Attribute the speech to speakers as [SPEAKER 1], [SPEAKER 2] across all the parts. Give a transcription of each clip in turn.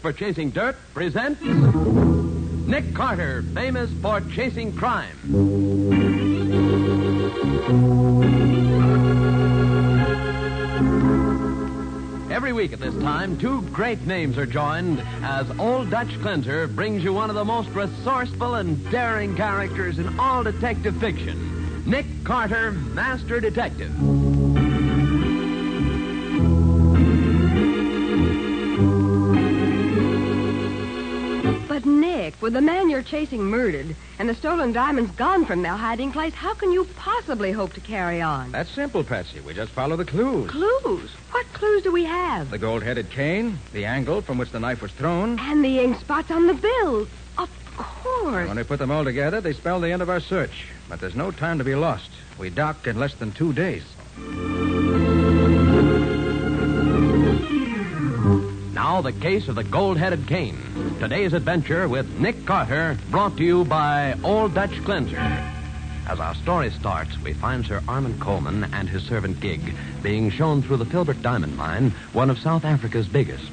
[SPEAKER 1] for chasing dirt presents Nick Carter, famous for chasing crime. Every week at this time, two great names are joined as Old Dutch Cleanser brings you one of the most resourceful and daring characters in all detective fiction Nick Carter, Master Detective.
[SPEAKER 2] But Nick, with the man you're chasing murdered and the stolen diamonds gone from their hiding place, how can you possibly hope to carry on?
[SPEAKER 3] That's simple, Patsy. We just follow the clues.
[SPEAKER 2] Clues? What clues do we have?
[SPEAKER 3] The gold-headed cane, the angle from which the knife was thrown.
[SPEAKER 2] And the ink spots on the bill. Of course.
[SPEAKER 3] When we put them all together, they spell the end of our search. But there's no time to be lost. We dock in less than two days.
[SPEAKER 1] Now, the case of the gold headed cane. Today's adventure with Nick Carter, brought to you by Old Dutch Cleanser. As our story starts, we find Sir Armand Coleman and his servant Gig being shown through the Filbert Diamond Mine, one of South Africa's biggest.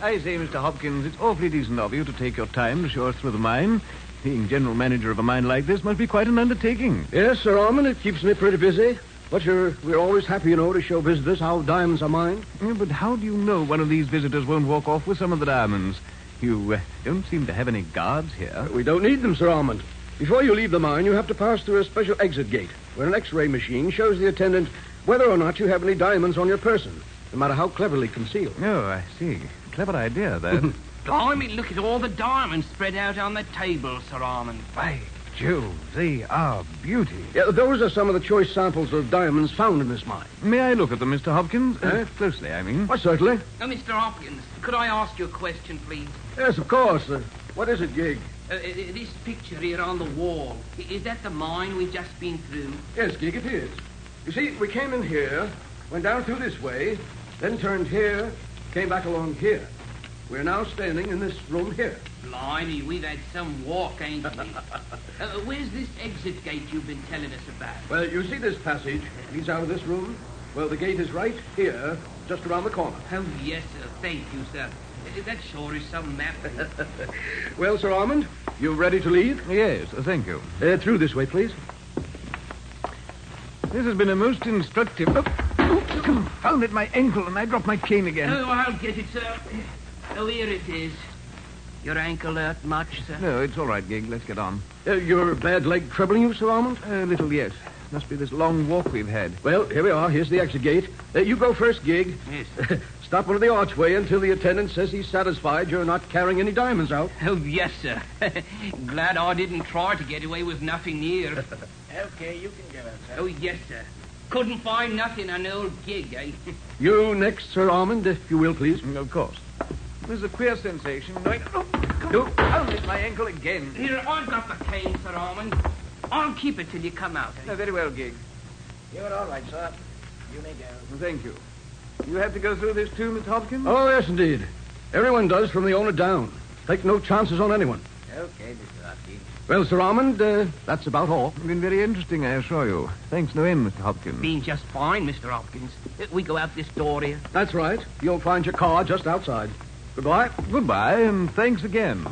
[SPEAKER 4] I say, Mr. Hopkins, it's awfully decent of you to take your time to show us through the mine. Being general manager of a mine like this must be quite an undertaking.
[SPEAKER 5] Yes, Sir Armand, it keeps me pretty busy. But you're, we're always happy, you know, to show visitors how diamonds are mined.
[SPEAKER 4] Yeah, Mm, but how do you know one of these visitors won't walk off with some of the diamonds? You uh, don't seem to have any guards here.
[SPEAKER 5] Uh, We don't need them, Sir Armand. Before you leave the mine, you have to pass through a special exit gate where an X-ray machine shows the attendant whether or not you have any diamonds on your person, no matter how cleverly concealed.
[SPEAKER 4] Oh, I see. Clever idea, that.
[SPEAKER 6] Blimey, look at all the diamonds spread out on the table, Sir Armand.
[SPEAKER 3] By Jove, they are beauty.
[SPEAKER 5] Yeah, those are some of the choice samples of diamonds found in this mine.
[SPEAKER 4] May I look at them, Mr. Hopkins? Uh,
[SPEAKER 5] Eh?
[SPEAKER 4] closely, I mean.
[SPEAKER 5] Why, certainly.
[SPEAKER 6] Now, Mr. Hopkins, could I ask you a question, please?
[SPEAKER 5] Yes, of course. Uh, what is it, Gig?
[SPEAKER 6] Uh, uh, this picture here on the wall, i- is that the mine we've just been through?
[SPEAKER 5] Yes, Gig, it is. You see, we came in here, went down through this way, then turned here, came back along here. We're now standing in this room here.
[SPEAKER 6] Blimey, we've had some walk, ain't we? uh, where's this exit gate you've been telling us about?
[SPEAKER 5] Well, you see this passage leads out of this room? Well, the gate is right here, just around the corner.
[SPEAKER 6] Oh, yes, sir. Thank you, sir. Uh, That sure is some map.
[SPEAKER 5] Well, Sir Armand, you ready to leave?
[SPEAKER 4] Yes, thank you.
[SPEAKER 5] Uh, through this way, please.
[SPEAKER 4] This has been a most instructive. Oh, oops, confound it, my ankle, and I dropped my cane again.
[SPEAKER 7] Uh.
[SPEAKER 6] oh, I'll get it, sir. Oh, here it is. Your ankle hurt much, sir?
[SPEAKER 4] No, it's all right, Gig. Let's get on.
[SPEAKER 5] Uh, your bad leg troubling you, Sir Armand?
[SPEAKER 4] A little, yes. Must be this long walk we've had.
[SPEAKER 5] Well, here we are. Here's the exit gate. Uh, you go first, Gig.
[SPEAKER 6] Yes.
[SPEAKER 5] Stop under the archway until the attendant says he's satisfied you're not carrying any diamonds out.
[SPEAKER 6] Oh, yes, sir. Glad I didn't try to get away with nothing near.
[SPEAKER 7] Okay, you can get outside.
[SPEAKER 6] oh, yes, sir. Couldn't find nothing on the old gig, eh?
[SPEAKER 5] You next, Sir Armand, if you will, please.
[SPEAKER 4] Mm, Of course. There's a queer sensation. Knowing... Oh, confound it, my ankle again.
[SPEAKER 6] Here, I've got the cane, Sir Armand. I'll keep it till you come out. eh?
[SPEAKER 4] No, Uh, very well, Gig.
[SPEAKER 7] You're all right, sir. You may go.
[SPEAKER 4] Thank you. You have to go through this too, Miss Hopkins?
[SPEAKER 5] Oh, yes, indeed. Everyone does from the owner down. Take no chances on anyone.
[SPEAKER 7] Okay, Mr. Hopkins.
[SPEAKER 5] Well, Sir Armand, uh, that's about all.
[SPEAKER 4] It's been very interesting, I assure you. Thanks no end, Mr. Hopkins.
[SPEAKER 6] Been just fine, Mr. Hopkins. Uh, We go out this door here.
[SPEAKER 5] That's right. You'll find your car just outside. Goodbye.
[SPEAKER 4] Goodbye, and thanks again.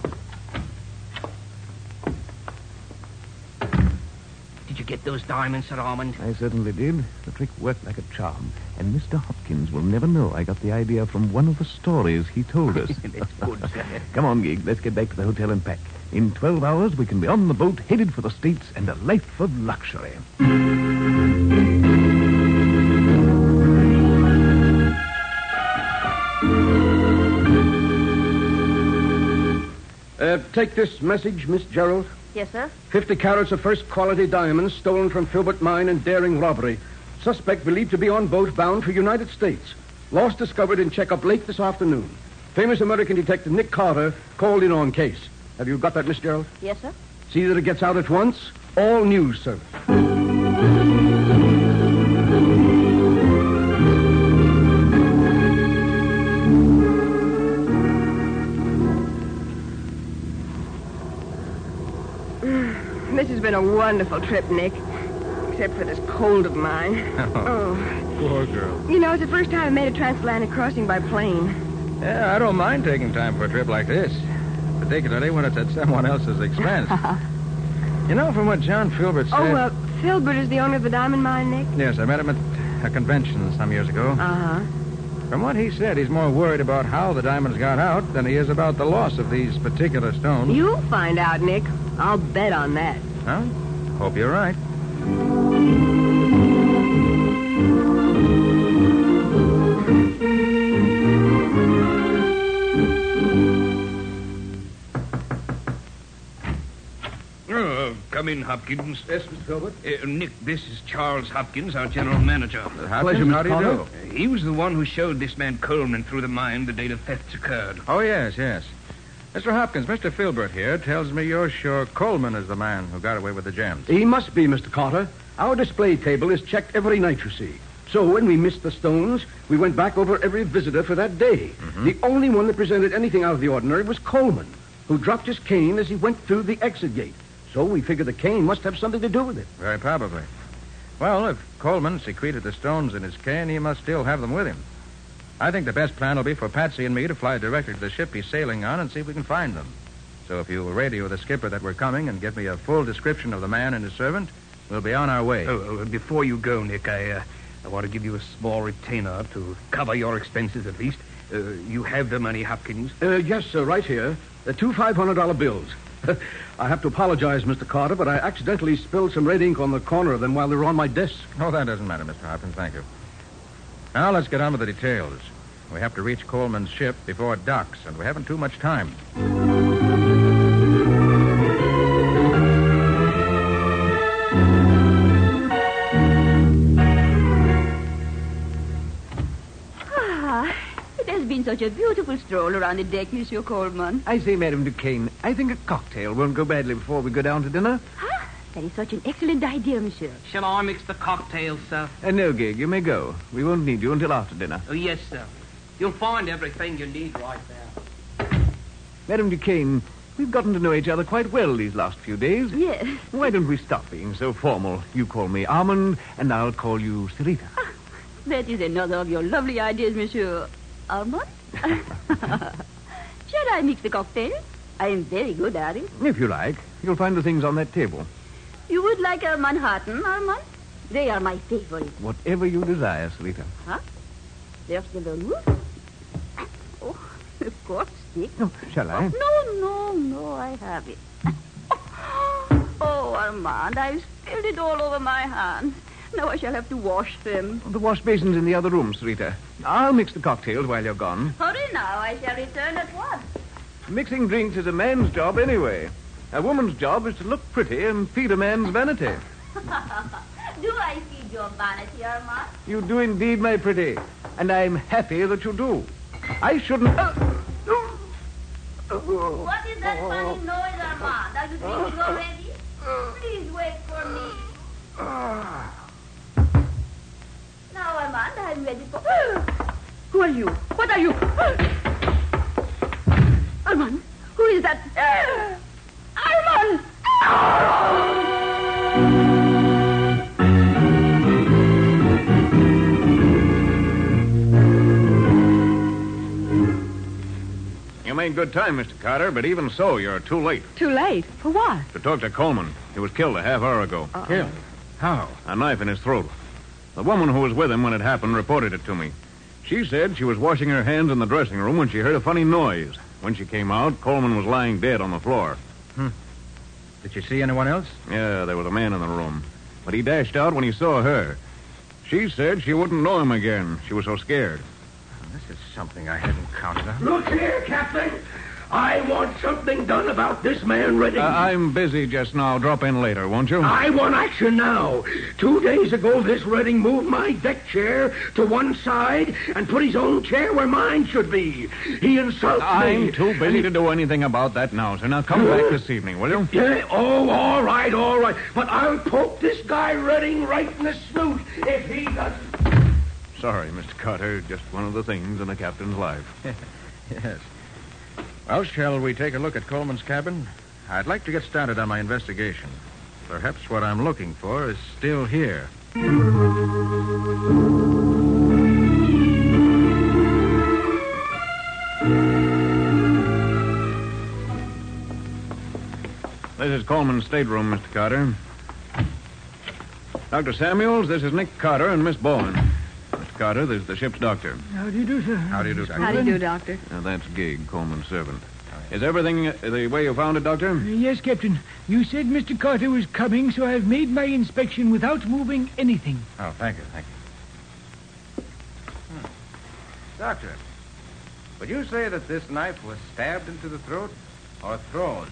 [SPEAKER 6] Did you get those diamonds, Sir Armand?
[SPEAKER 4] I certainly did. The trick worked like a charm. And Mr. Hopkins will never know I got the idea from one of the stories he told us.
[SPEAKER 6] That's good, sir.
[SPEAKER 4] Come on, Gig. Let's get back to the hotel and pack. In 12 hours, we can be on the boat, headed for the States, and a life of luxury.
[SPEAKER 5] Uh, take this message, Miss Gerald.
[SPEAKER 2] Yes, sir.
[SPEAKER 5] 50 carats of first quality diamonds stolen from Filbert Mine in daring robbery. Suspect believed to be on boat bound for United States. Lost discovered in checkup late this afternoon. Famous American detective Nick Carter called in on case. Have you got that, Miss Gerald?
[SPEAKER 2] Yes, sir.
[SPEAKER 5] See that it gets out at once. All news service.
[SPEAKER 2] This has been a wonderful trip, Nick. Except for this cold of mine. Oh.
[SPEAKER 3] Poor girl.
[SPEAKER 2] You know, it's the first time I made a transatlantic crossing by plane.
[SPEAKER 3] Yeah, I don't mind taking time for a trip like this, particularly when it's at someone else's expense. you know, from what John Filbert said.
[SPEAKER 2] Oh, uh, Filbert is the owner of the diamond mine, Nick?
[SPEAKER 3] Yes, I met him at a convention some years ago.
[SPEAKER 2] Uh-huh.
[SPEAKER 3] From what he said, he's more worried about how the diamonds got out than he is about the loss of these particular stones.
[SPEAKER 2] You'll find out, Nick. I'll bet on that.
[SPEAKER 3] Huh? Hope you're right.
[SPEAKER 8] Oh, come in, Hopkins.
[SPEAKER 5] Yes, Mr. Filbert.
[SPEAKER 8] Uh, Nick, this is Charles Hopkins, our general manager.
[SPEAKER 3] Pleasure, Mr. How do you Conner. do?
[SPEAKER 8] Uh, he was the one who showed this man Coleman through the mine the day the thefts occurred.
[SPEAKER 3] Oh, yes, yes. Mr. Hopkins, Mr. Filbert here tells me you're sure Coleman is the man who got away with the gems.
[SPEAKER 5] He must be, Mr. Carter. Our display table is checked every night, you see. So when we missed the stones, we went back over every visitor for that day.
[SPEAKER 3] Mm-hmm.
[SPEAKER 5] The only one that presented anything out of the ordinary was Coleman, who dropped his cane as he went through the exit gate. So we figured the cane must have something to do with it.
[SPEAKER 3] Very probably. Well, if Coleman secreted the stones in his cane, he must still have them with him. I think the best plan will be for Patsy and me to fly directly to the ship he's sailing on and see if we can find them. So if you will radio the skipper that we're coming and give me a full description of the man and his servant, we'll be on our way.
[SPEAKER 8] Oh, uh, before you go, Nick, I, uh, I want to give you a small retainer to cover your expenses at least. Uh, you have the money, Hopkins.
[SPEAKER 5] Uh, yes, sir, right here. Uh, two $500 bills. I have to apologize, Mr. Carter, but I accidentally spilled some red ink on the corner of them while they were on my desk.
[SPEAKER 3] Oh, that doesn't matter, Mr. Hopkins. Thank you. Now let's get on with the details. We have to reach Coleman's ship before it docks, and we haven't too much time.
[SPEAKER 9] Ah, it has been such a beautiful stroll around the deck, Monsieur Coleman.
[SPEAKER 4] I say, Madame Duquesne, I think a cocktail won't go badly before we go down to dinner.
[SPEAKER 9] That is such an excellent idea, Monsieur.
[SPEAKER 6] Shall I mix the cocktail, sir?
[SPEAKER 4] Uh, no, Gig, you may go. We won't need you until after dinner.
[SPEAKER 6] Oh, yes, sir. You'll find everything you need right there.
[SPEAKER 4] Madame Duquesne, we've gotten to know each other quite well these last few days.
[SPEAKER 9] Yes.
[SPEAKER 4] Why don't we stop being so formal? You call me Armand, and I'll call you Sarita.
[SPEAKER 9] That is another of your lovely ideas, Monsieur. Almond? Shall I mix the cocktail? I am very good at it.
[SPEAKER 4] If you like, you'll find the things on that table.
[SPEAKER 9] You would like a Manhattan, Almond? They are my favorite.
[SPEAKER 4] Whatever you desire, Sarita.
[SPEAKER 9] There's the vermouth. Oh, of course, Dick.
[SPEAKER 4] Oh, shall I?
[SPEAKER 9] No, no, no, I have it. Oh, Armand, I've spilled it all over my hands. Now I shall have to wash them.
[SPEAKER 10] Oh.
[SPEAKER 4] The wash basin's in the other room, Sarita. I'll mix the cocktails while you're gone.
[SPEAKER 9] Hurry now, I shall return at once.
[SPEAKER 4] Mixing drinks is a man's job anyway. A woman's job is to look pretty and feed a man's vanity.
[SPEAKER 9] Do I feed your vanity, Armand?
[SPEAKER 4] You do indeed, my pretty. And I'm happy that you do. I shouldn't.
[SPEAKER 9] What is that funny noise, Armand? Are you drinking already? Please wait for me. Now, Armand, I'm ready for.
[SPEAKER 2] Who are you? What are you?
[SPEAKER 9] Armand, who is that? Armand!
[SPEAKER 4] You made good time, Mr. Carter, but even so, you're too late
[SPEAKER 2] Too late. For what?
[SPEAKER 4] to talk to Coleman. He was killed a half hour ago.
[SPEAKER 3] Killed. How?
[SPEAKER 4] a knife in his throat. The woman who was with him when it happened reported it to me. She said she was washing her hands in the dressing room when she heard a funny noise. When she came out, Coleman was lying dead on the floor.
[SPEAKER 3] Did you see anyone else?
[SPEAKER 4] Yeah, there was a man in the room. But he dashed out when he saw her. She said she wouldn't know him again. She was so scared.
[SPEAKER 3] This is something I hadn't counted on.
[SPEAKER 5] Look here, Captain. I want something done about this man, Redding.
[SPEAKER 4] Uh, I'm busy just now. Drop in later, won't you?
[SPEAKER 5] I want action now. Two days ago, this Redding moved my deck chair to one side and put his own chair where mine should be. He insulted me.
[SPEAKER 4] I'm too busy to do anything about that now, sir. Now come back this evening, will you?
[SPEAKER 5] Yeah, oh, all right, all right. But I'll poke this guy Redding right in the snoot if he doesn't.
[SPEAKER 4] Sorry, Mr. Carter. Just one of the things in a captain's life.
[SPEAKER 3] Yes. Well, shall we take a look at Coleman's cabin? I'd like to get started on my investigation. Perhaps what I'm looking for is still here.
[SPEAKER 4] This is Coleman's stateroom, Mr. Carter. Dr. Samuels, this is Nick Carter and Miss Bowen. Mr. Carter, this is the ship's doctor.
[SPEAKER 10] How do you do, sir?
[SPEAKER 4] How do you do, Doctor?
[SPEAKER 2] How do you do, Doctor?
[SPEAKER 4] Now, that's Gig, Coleman's servant. Is everything uh, the way you found it, Doctor?
[SPEAKER 10] Yes, Captain. You said Mr. Carter was coming, so I've made my inspection without moving anything.
[SPEAKER 3] Oh, thank you, thank you. Hmm. Doctor, would you say that this knife was stabbed into the throat or thrown?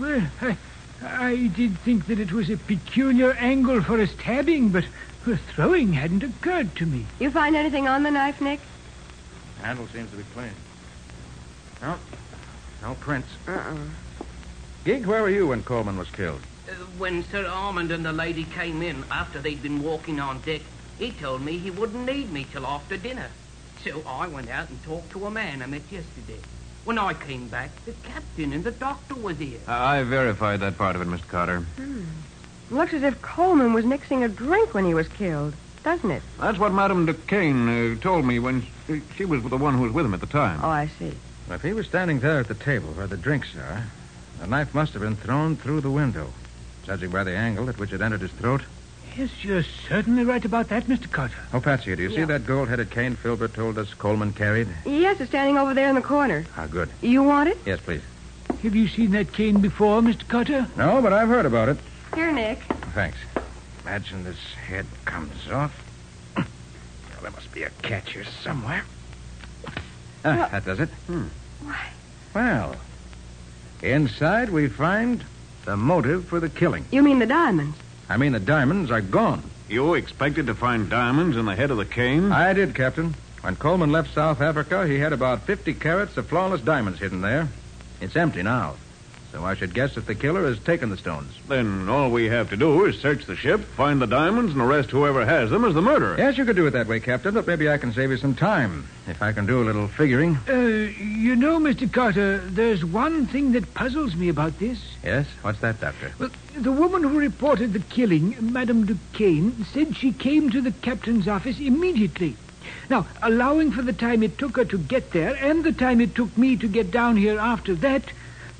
[SPEAKER 10] Well, I, I did think that it was a peculiar angle for a stabbing, but a throwing hadn't occurred to me.
[SPEAKER 2] You find anything on the knife, Nick?
[SPEAKER 3] Handle seems to be clean. No, no prints.
[SPEAKER 2] Uh-uh.
[SPEAKER 3] Gig, where were you when Coleman was killed?
[SPEAKER 6] Uh, when Sir Armand and the lady came in after they'd been walking on deck, he told me he wouldn't need me till after dinner. So I went out and talked to a man I met yesterday. When I came back, the captain and the doctor was here.
[SPEAKER 4] I I verified that part of it, Mr. Carter.
[SPEAKER 2] Looks as if Coleman was mixing a drink when he was killed, doesn't it?
[SPEAKER 4] That's what Madame Duquesne uh, told me when she, she was the one who was with him at the time.
[SPEAKER 2] Oh, I see.
[SPEAKER 3] Well, if he was standing there at the table where the drinks are, the knife must have been thrown through the window, judging by the angle at which it entered his throat.
[SPEAKER 10] Yes, you're certainly right about that, Mr. Carter.
[SPEAKER 3] Oh, Patsy, do you see that gold-headed cane Filbert told us Coleman carried?
[SPEAKER 2] Yes, it's standing over there in the corner.
[SPEAKER 3] Ah, good.
[SPEAKER 2] You want it?
[SPEAKER 3] Yes, please.
[SPEAKER 10] Have you seen that cane before, Mr. Carter?
[SPEAKER 3] No, but I've heard about it.
[SPEAKER 2] Here, Nick.
[SPEAKER 3] Thanks. Imagine this head comes off. Well, there must be a catch here somewhere. Ah,
[SPEAKER 2] Well-
[SPEAKER 3] that does it. Hmm.
[SPEAKER 2] Why?
[SPEAKER 3] Well, inside we find the motive for the killing.
[SPEAKER 2] You mean the diamonds?
[SPEAKER 3] I mean, the diamonds are gone.
[SPEAKER 4] You expected to find diamonds in the head of the cane?
[SPEAKER 3] I did, Captain. When Coleman left South Africa, he had about 50 carats of flawless diamonds hidden there. It's empty now. So I should guess that the killer has taken the stones.
[SPEAKER 4] Then all we have to do is search the ship, find the diamonds, and arrest whoever has them as the murderer.
[SPEAKER 3] Yes, you could do it that way, Captain, but maybe I can save you some time if I can do a little figuring.
[SPEAKER 10] Uh, you know, Mr. Carter, there's one thing that puzzles me about this.
[SPEAKER 3] Yes? What's that, Doctor?
[SPEAKER 10] Well, the woman who reported the killing, Madame Duquesne, said she came to the captain's office immediately. Now, allowing for the time it took her to get there and the time it took me to get down here after that,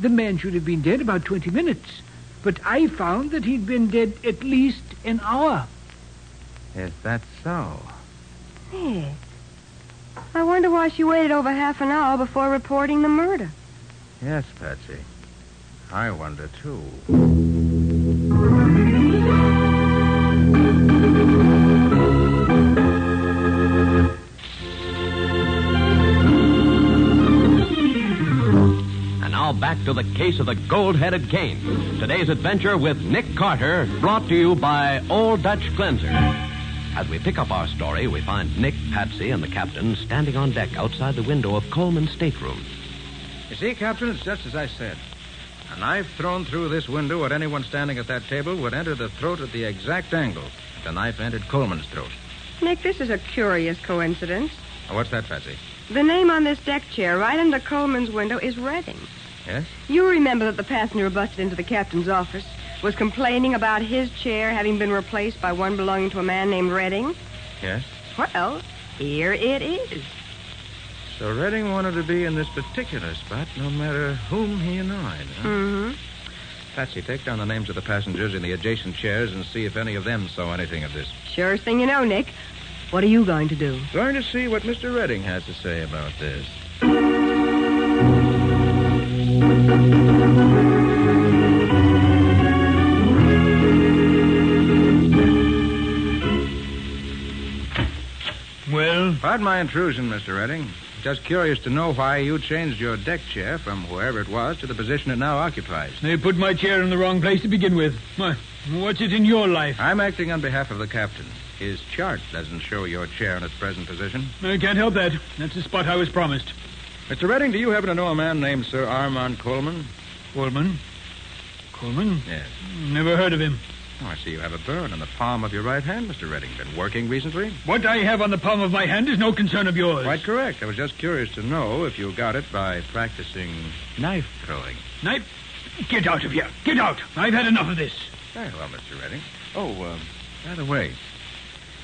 [SPEAKER 10] the man should have been dead about 20 minutes. But I found that he'd been dead at least an hour.
[SPEAKER 3] Is that so?
[SPEAKER 2] Nick. I wonder why she waited over half an hour before reporting the murder.
[SPEAKER 3] Yes, Patsy. I wonder, too.
[SPEAKER 1] And now back to the case of the gold headed cane. Today's adventure with Nick Carter, brought to you by Old Dutch Cleanser. As we pick up our story, we find Nick, Patsy, and the captain standing on deck outside the window of Coleman's stateroom.
[SPEAKER 3] You see, Captain, it's just as I said. A knife thrown through this window at anyone standing at that table would enter the throat at the exact angle. The knife entered Coleman's throat.
[SPEAKER 2] Nick, this is a curious coincidence.
[SPEAKER 3] Now, what's that, Patsy?
[SPEAKER 2] The name on this deck chair right under Coleman's window is Redding.
[SPEAKER 3] Yes?
[SPEAKER 2] You remember that the passenger who busted into the captain's office was complaining about his chair having been replaced by one belonging to a man named Redding?
[SPEAKER 3] Yes.
[SPEAKER 2] Well, here it is.
[SPEAKER 3] So Redding wanted to be in this particular spot no matter whom he annoyed, huh?
[SPEAKER 2] Mm-hmm.
[SPEAKER 3] Patsy, take down the names of the passengers in the adjacent chairs and see if any of them saw anything of this.
[SPEAKER 2] Surest thing you know, Nick. What are you going to do?
[SPEAKER 3] Going to see what Mr. Redding has to say about this.
[SPEAKER 10] Well,
[SPEAKER 3] Pardon my intrusion, Mr. Redding. Just curious to know why you changed your deck chair from wherever it was to the position it now occupies.
[SPEAKER 10] they put my chair in the wrong place to begin with. What's it in your life?
[SPEAKER 3] I'm acting on behalf of the captain. His chart doesn't show your chair in its present position.
[SPEAKER 10] I can't help that. That's the spot I was promised.
[SPEAKER 3] Mr. Redding, do you happen to know a man named Sir Armand Coleman?
[SPEAKER 10] Coleman? Coleman?
[SPEAKER 3] Yes.
[SPEAKER 10] Never heard of him.
[SPEAKER 3] Oh, I see you have a burn on the palm of your right hand, Mr. Redding. Been working recently?
[SPEAKER 10] What I have on the palm of my hand is no concern of yours.
[SPEAKER 3] Quite correct. I was just curious to know if you got it by practicing knife throwing.
[SPEAKER 10] Knife? Get out of here. Get out. I've had enough of this.
[SPEAKER 3] Very well, Mr. Redding. Oh, um, by the way,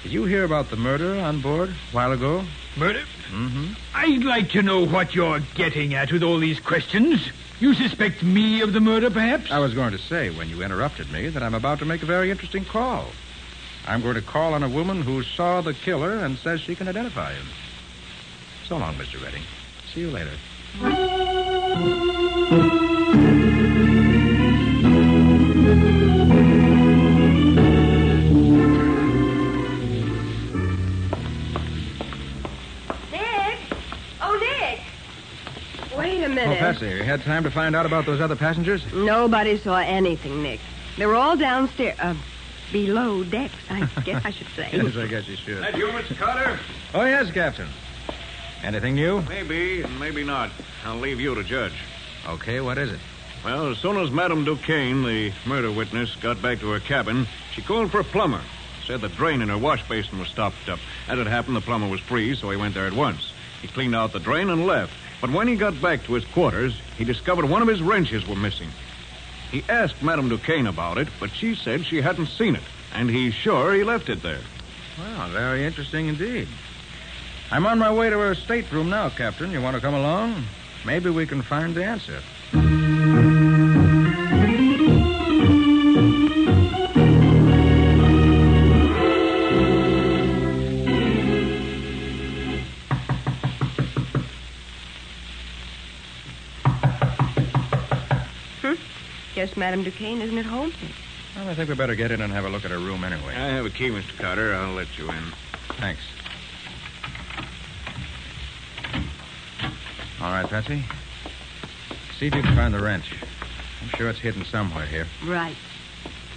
[SPEAKER 3] Did you hear about the murder on board a while ago?
[SPEAKER 11] Murder?
[SPEAKER 3] Mm-hmm.
[SPEAKER 11] I'd like to know what you're getting at with all these questions. You suspect me of the murder, perhaps?
[SPEAKER 3] I was going to say, when you interrupted me, that I'm about to make a very interesting call. I'm going to call on a woman who saw the killer and says she can identify him. So long, Mr. Redding. See you later.
[SPEAKER 9] Nick! Oh, Nick!
[SPEAKER 2] Wait a
[SPEAKER 3] Oh,
[SPEAKER 2] minute.
[SPEAKER 3] Patsy, you had time to find out about those other passengers?
[SPEAKER 2] Nobody saw anything, Nick. They were all downstairs, uh, below decks, I guess I should say.
[SPEAKER 3] yes, I guess you should.
[SPEAKER 4] That you, Mr. Carter?
[SPEAKER 3] Oh, yes, Captain. Anything new?
[SPEAKER 4] Maybe, and maybe not. I'll leave you to judge.
[SPEAKER 3] Okay, what is it?
[SPEAKER 4] Well, as soon as Madame Duquesne, the murder witness, got back to her cabin, she called for a plumber. Said the drain in her wash basin was stopped up. As it happened, the plumber was free, so he went there at once. He cleaned out the drain and left. But when he got back to his quarters, he discovered one of his wrenches were missing. He asked Madame Duquesne about it, but she said she hadn't seen it, and he's sure he left it there.
[SPEAKER 3] Well, very interesting indeed. I'm on my way to her stateroom now, Captain. You want to come along? Maybe we can find the answer.
[SPEAKER 2] Guess Madame Duquesne isn't at home.
[SPEAKER 3] Well, I think we better get in and have a look at her room anyway.
[SPEAKER 4] I have a key, Mr. Carter. I'll let you in.
[SPEAKER 3] Thanks. All right, Patsy. See if you can find the wrench. I'm sure it's hidden somewhere here.
[SPEAKER 2] Right.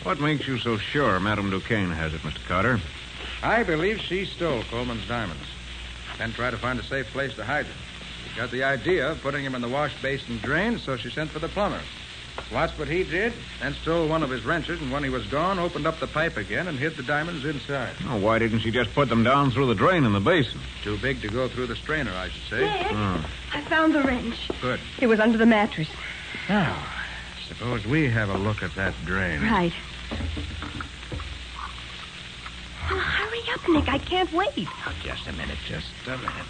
[SPEAKER 4] What makes you so sure Madame Duquesne has it, Mr. Carter?
[SPEAKER 3] I believe she stole Coleman's diamonds. Then tried to find a safe place to hide them. She got the idea of putting him in the wash basin drain, so she sent for the plumber. Watched what he did, then stole one of his wrenches, and when he was gone, opened up the pipe again and hid the diamonds inside.
[SPEAKER 4] Oh, why didn't she just put them down through the drain in the basin?
[SPEAKER 3] Too big to go through the strainer, I should say.
[SPEAKER 2] Nick,
[SPEAKER 4] Oh,
[SPEAKER 2] I found the wrench.
[SPEAKER 3] Good.
[SPEAKER 2] It was under the mattress.
[SPEAKER 3] Now, suppose we have a look at that drain.
[SPEAKER 2] Right. Well, Oh, hurry up, Nick. I can't wait.
[SPEAKER 3] Now, just a minute, just a minute.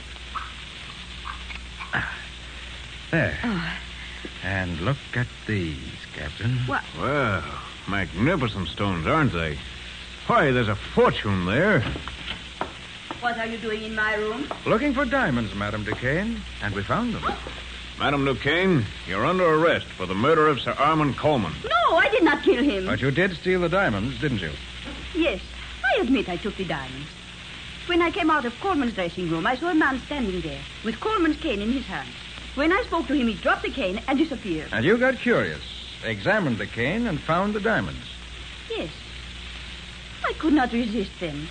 [SPEAKER 3] Ah, There.
[SPEAKER 2] Oh.
[SPEAKER 3] And look at these, Captain.
[SPEAKER 2] What?
[SPEAKER 4] well, magnificent stones, aren't they? Why, there's a fortune there.
[SPEAKER 9] What are you doing in my room?
[SPEAKER 3] Looking for diamonds, Madame Duquesne, and we found them.
[SPEAKER 4] Madame Duquesne, you're under arrest for the murder of Sir Armand Coleman.
[SPEAKER 9] No, I did not kill him.
[SPEAKER 3] But you did steal the diamonds, didn't you?
[SPEAKER 9] Yes, I admit I took the diamonds. When I came out of Coleman's dressing room, I saw a man standing there with Coleman's cane in his hand. When I spoke to him, he dropped the cane and disappeared.
[SPEAKER 3] And you got curious, examined the cane, and found the diamonds.
[SPEAKER 9] Yes. I could not resist them.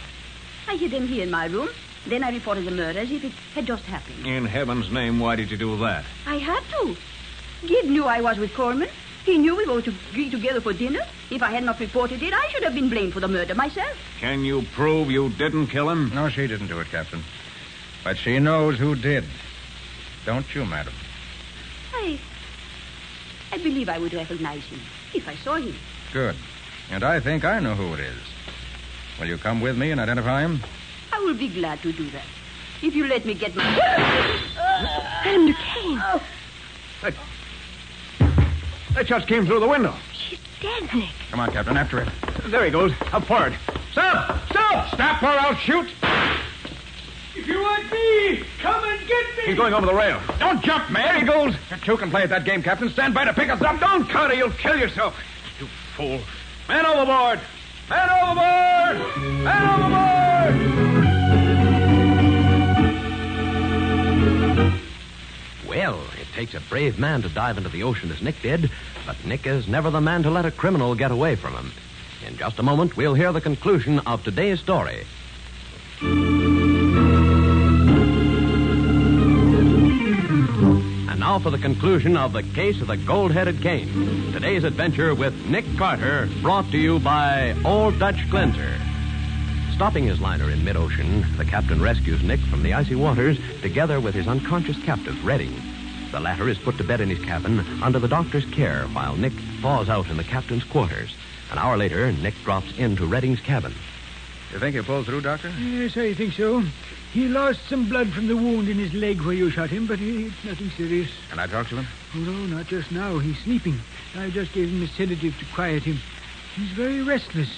[SPEAKER 9] I hid them here in my room. Then I reported the murder as if it had just happened.
[SPEAKER 4] In heaven's name, why did you do that?
[SPEAKER 9] I had to. Gibb knew I was with Coleman. He knew we were to be together for dinner. If I had not reported it, I should have been blamed for the murder myself.
[SPEAKER 4] Can you prove you didn't kill him?
[SPEAKER 3] No, she didn't do it, Captain. But she knows who did. Don't you, Madam?
[SPEAKER 9] I. I believe I would recognize him if I saw him.
[SPEAKER 3] Good. And I think I know who it is. Will you come with me and identify him?
[SPEAKER 9] I will be glad to do that. If you let me get my.
[SPEAKER 2] Madame Duquesne.
[SPEAKER 9] Oh,
[SPEAKER 4] That just came through the window.
[SPEAKER 2] She's dead, Nick.
[SPEAKER 3] Come on, Captain, after him.
[SPEAKER 4] There he goes, up forward. Stop! Stop!
[SPEAKER 3] Stop or I'll shoot!
[SPEAKER 11] If you want me, come and get me!
[SPEAKER 4] He's going over the rail.
[SPEAKER 3] Don't jump, man. Here he goes. You two can play at that game, Captain. Stand by to pick us up. Don't, Carter. You'll kill yourself.
[SPEAKER 4] You fool. Man overboard! Man overboard! Man overboard!
[SPEAKER 1] Well, it takes a brave man to dive into the ocean as Nick did, but Nick is never the man to let a criminal get away from him. In just a moment, we'll hear the conclusion of today's story. And now for the conclusion of the case of the gold headed cane. Today's adventure with Nick Carter, brought to you by Old Dutch Cleanser. Stopping his liner in mid ocean, the captain rescues Nick from the icy waters together with his unconscious captive, Redding. The latter is put to bed in his cabin under the doctor's care while Nick thaws out in the captain's quarters. An hour later, Nick drops into Redding's cabin.
[SPEAKER 3] You think he'll pull through, Doctor?
[SPEAKER 10] Yes, I think so. He lost some blood from the wound in his leg where you shot him, but it's nothing serious.
[SPEAKER 3] Can I talk to him?
[SPEAKER 10] Oh, no, not just now. He's sleeping. I just gave him a sedative to quiet him. He's very restless,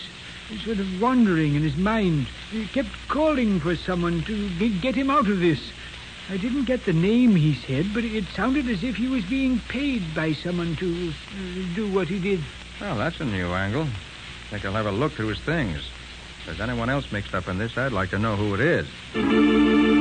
[SPEAKER 10] sort of wandering in his mind. He kept calling for someone to g- get him out of this. I didn't get the name he said, but it sounded as if he was being paid by someone to uh, do what he did.
[SPEAKER 3] Well, that's a new angle. Think I'll have a look through his things. If there's anyone else mixed up in this, I'd like to know who it is.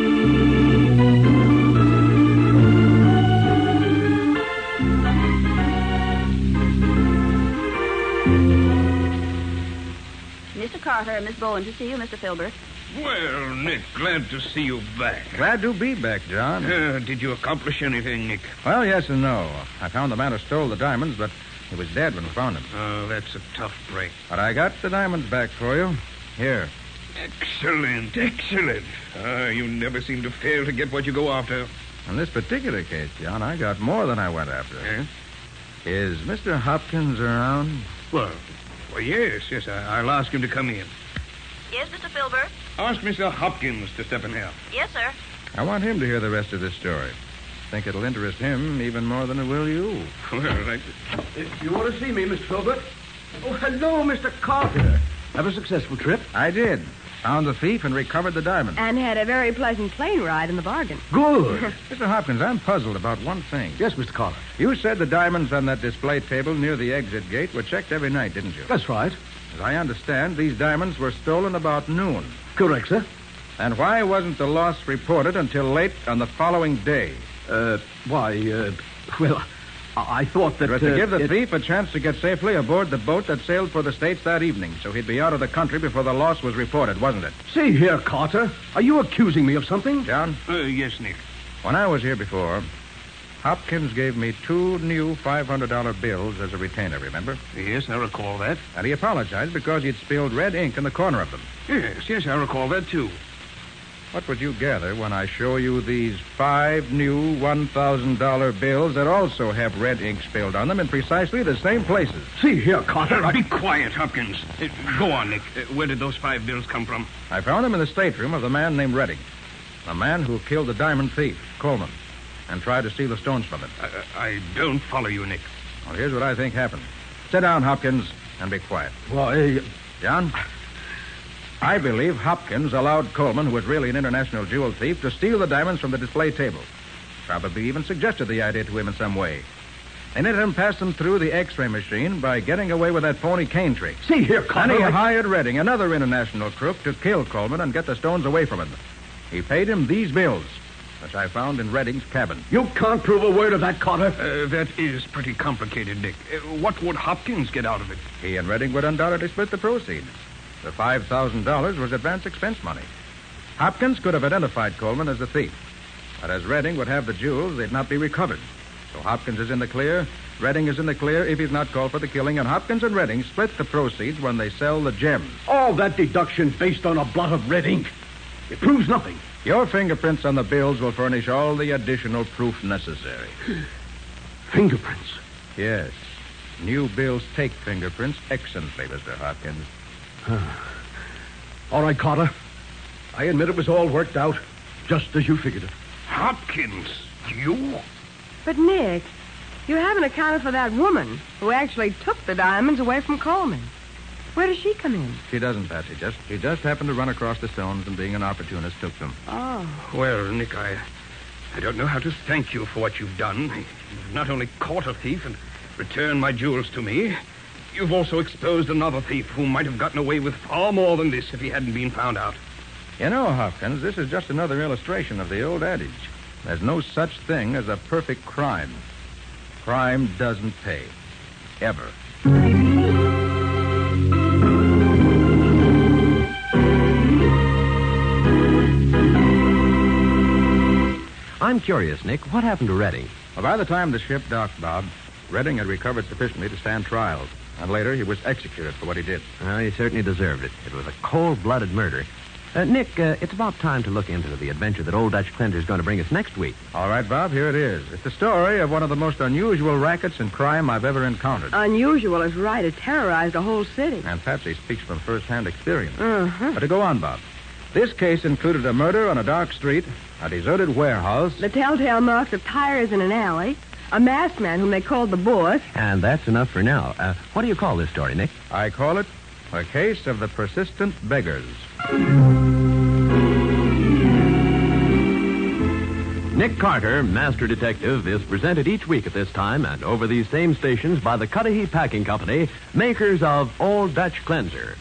[SPEAKER 9] Mr. Carter and Miss Bowen to see you, Mr. Filbert.
[SPEAKER 12] Well, Nick, glad to see you back.
[SPEAKER 3] Glad to be back, John.
[SPEAKER 12] Uh, did you accomplish anything, Nick?
[SPEAKER 3] Well, yes and no. I found the man who stole the diamonds, but he was dead when we found him.
[SPEAKER 12] Oh, that's a tough break.
[SPEAKER 3] But I got the diamonds back for you. Here.
[SPEAKER 12] Excellent, excellent. Ah, you never seem to fail to get what you go after.
[SPEAKER 3] In this particular case, John, I got more than I went after. Is Mr. Hopkins around?
[SPEAKER 12] Well, well yes, yes. I, I'll ask him to come in.
[SPEAKER 9] Yes, Mr. Filbert?
[SPEAKER 12] Ask Mr. Hopkins to step in here.
[SPEAKER 9] Yes, sir.
[SPEAKER 3] I want him to hear the rest of this story. Think it'll interest him even more than it will you.
[SPEAKER 12] Well, that,
[SPEAKER 5] If you want to see me, Mr. Filbert. Oh, hello, Mr. Carter.
[SPEAKER 3] Have a successful trip? I did. Found the thief and recovered the diamond.
[SPEAKER 2] And had a very pleasant plane ride in the bargain.
[SPEAKER 3] Good. Mr. Hopkins, I'm puzzled about one thing.
[SPEAKER 13] Yes, Mr. Carter.
[SPEAKER 3] You said the diamonds on that display table near the exit gate were checked every night, didn't you?
[SPEAKER 13] That's right.
[SPEAKER 3] As I understand, these diamonds were stolen about noon.
[SPEAKER 13] Correct, sir.
[SPEAKER 3] And why wasn't the loss reported until late on the following day?
[SPEAKER 13] Uh, why, uh, well, I, I thought that.
[SPEAKER 3] It was to
[SPEAKER 13] uh,
[SPEAKER 3] give the
[SPEAKER 13] it-
[SPEAKER 3] thief a chance to get safely aboard the boat that sailed for the States that evening, so he'd be out of the country before the loss was reported, wasn't it?
[SPEAKER 13] See here, Carter. Are you accusing me of something?
[SPEAKER 3] John?
[SPEAKER 12] Uh, yes, Nick.
[SPEAKER 3] When I was here before, Hopkins gave me two new $500 bills as a retainer, remember?
[SPEAKER 12] Yes, I recall that.
[SPEAKER 3] And he apologized because he'd spilled red ink in the corner of them.
[SPEAKER 12] Yes, yes, I recall that, too.
[SPEAKER 3] What would you gather when I show you these five new $1,000 bills that also have red ink spilled on them in precisely the same places?
[SPEAKER 13] See here, Carter.
[SPEAKER 12] Be quiet, Hopkins. Uh, go on, Nick. Uh, where did those five bills come from?
[SPEAKER 3] I found them in the stateroom of the man named Redding, the man who killed the diamond thief, Coleman, and tried to steal the stones from him.
[SPEAKER 12] I, I don't follow you, Nick.
[SPEAKER 3] Well, here's what I think happened. Sit down, Hopkins, and be quiet.
[SPEAKER 13] Why,
[SPEAKER 3] John? I believe Hopkins allowed Coleman, who was really an international jewel thief, to steal the diamonds from the display table. Probably even suggested the idea to him in some way. And let him pass them through the x ray machine by getting away with that phony cane trick.
[SPEAKER 13] See here,
[SPEAKER 3] Then
[SPEAKER 13] Carter.
[SPEAKER 3] he
[SPEAKER 13] I-
[SPEAKER 3] hired Redding, another international crook, to kill Coleman and get the stones away from him. He paid him these bills, which I found in Redding's cabin.
[SPEAKER 13] You can't prove a word of that, Carter.
[SPEAKER 12] Uh, that is pretty complicated, Nick. Uh, what would Hopkins get out of it?
[SPEAKER 3] He and Redding would undoubtedly split the proceeds. The $5,000 was advance expense money. Hopkins could have identified Coleman as the thief. But as Redding would have the jewels, they'd not be recovered. So Hopkins is in the clear. Redding is in the clear if he's not called for the killing, and Hopkins and Redding split the proceeds when they sell the gems.
[SPEAKER 13] All that deduction based on a blot of red ink. It proves nothing.
[SPEAKER 3] Your fingerprints on the bills will furnish all the additional proof necessary.
[SPEAKER 13] Fingerprints.
[SPEAKER 3] Yes. New bills take fingerprints excellently, Mr. Hopkins.
[SPEAKER 13] All right, Carter. I admit it was all worked out, just as you figured it.
[SPEAKER 12] Hopkins, you?
[SPEAKER 2] But, Nick, you haven't accounted for that woman who actually took the diamonds away from Coleman. Where does she come in?
[SPEAKER 3] She doesn't, Patsy. Just she just happened to run across the stones and, being an opportunist, took them.
[SPEAKER 2] Oh.
[SPEAKER 12] Well, Nick, I, I don't know how to thank you for what you've done. You've not only caught a thief and returned my jewels to me, you've also exposed another thief who might have gotten away with far more than this if he hadn't been found out.
[SPEAKER 3] You know, Hopkins, this is just another illustration of the old adage. There's no such thing as a perfect crime. Crime doesn't pay. Ever.
[SPEAKER 1] I'm curious, Nick. What happened to Redding?
[SPEAKER 3] Well, by the time the ship docked, Bob, Redding had recovered sufficiently to stand trial, and later he was executed for what he did.
[SPEAKER 1] Well, he certainly deserved it. It was a cold blooded murder. Uh, Nick, uh, it's about time to look into the adventure that Old Dutch Clinter's going to bring us next week.
[SPEAKER 3] All right, Bob, here it is. It's the story of one of the most unusual rackets and crime I've ever encountered.
[SPEAKER 2] Unusual is right. It terrorized a whole city.
[SPEAKER 3] And Patsy speaks from first-hand experience.
[SPEAKER 2] Uh-huh.
[SPEAKER 3] But to go on, Bob. This case included a murder on a dark street, a deserted warehouse,
[SPEAKER 2] The telltale marks of tires in an alley, a masked man whom they called the boss.
[SPEAKER 1] And that's enough for now. Uh, what do you call this story, Nick?
[SPEAKER 3] I call it A Case of the Persistent Beggars.
[SPEAKER 1] Nick Carter, Master Detective, is presented each week at this time and over these same stations by the Cudahy Packing Company, makers of Old Dutch Cleanser.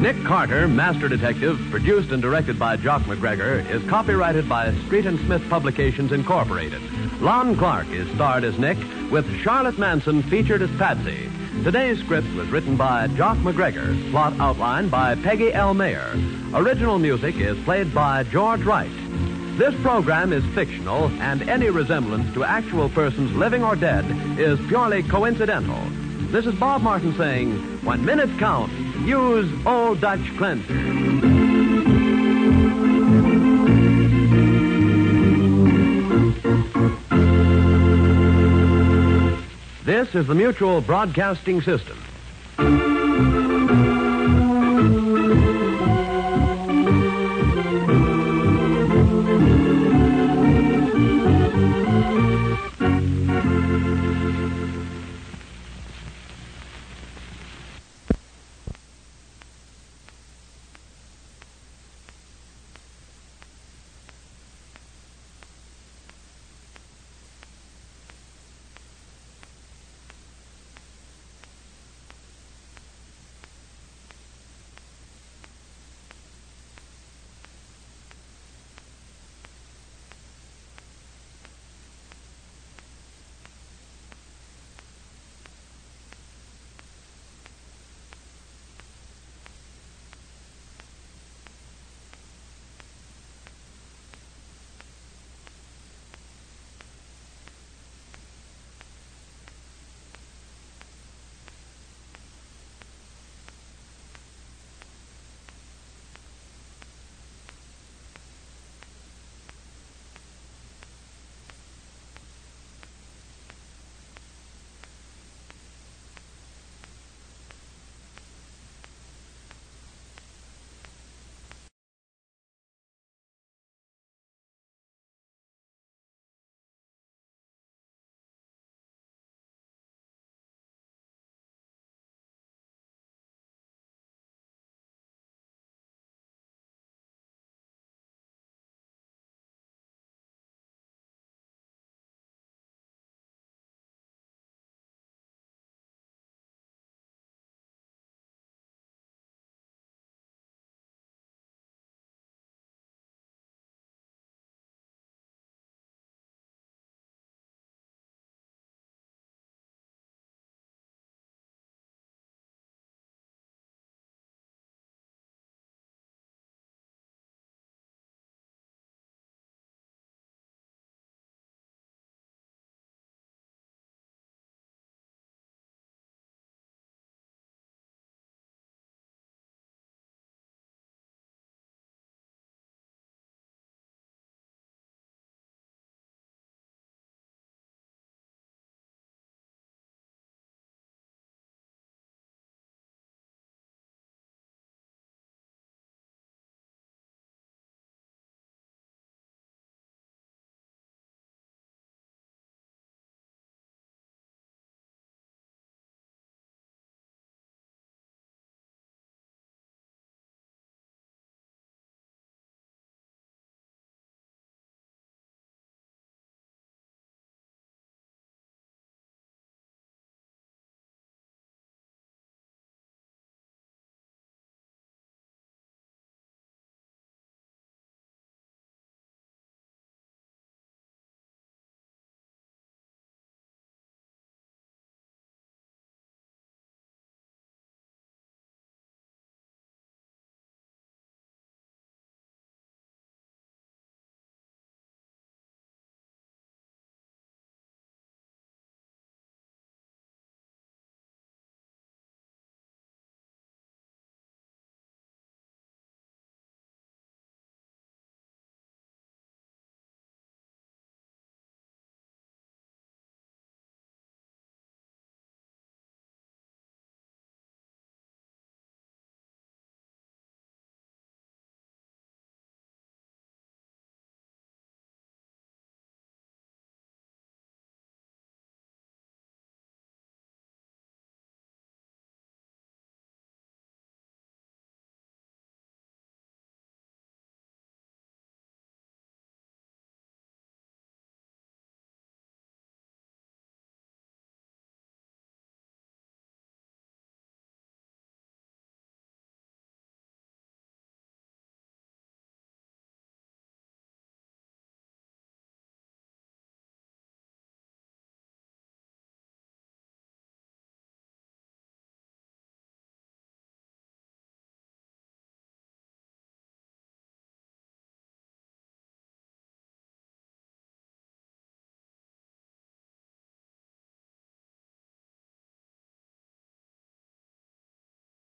[SPEAKER 1] Nick Carter, Master Detective, produced and directed by Jock McGregor, is copyrighted by Street and Smith Publications Incorporated. Lon Clark is starred as Nick, with Charlotte Manson featured as Patsy. Today's script was written by Jock McGregor, plot outlined by Peggy L. Mayer. Original music is played by George Wright. This program is fictional, and any resemblance to actual persons living or dead is purely coincidental. This is Bob Martin saying, when minutes count, use Old Dutch Cleanser. This is the Mutual Broadcasting System.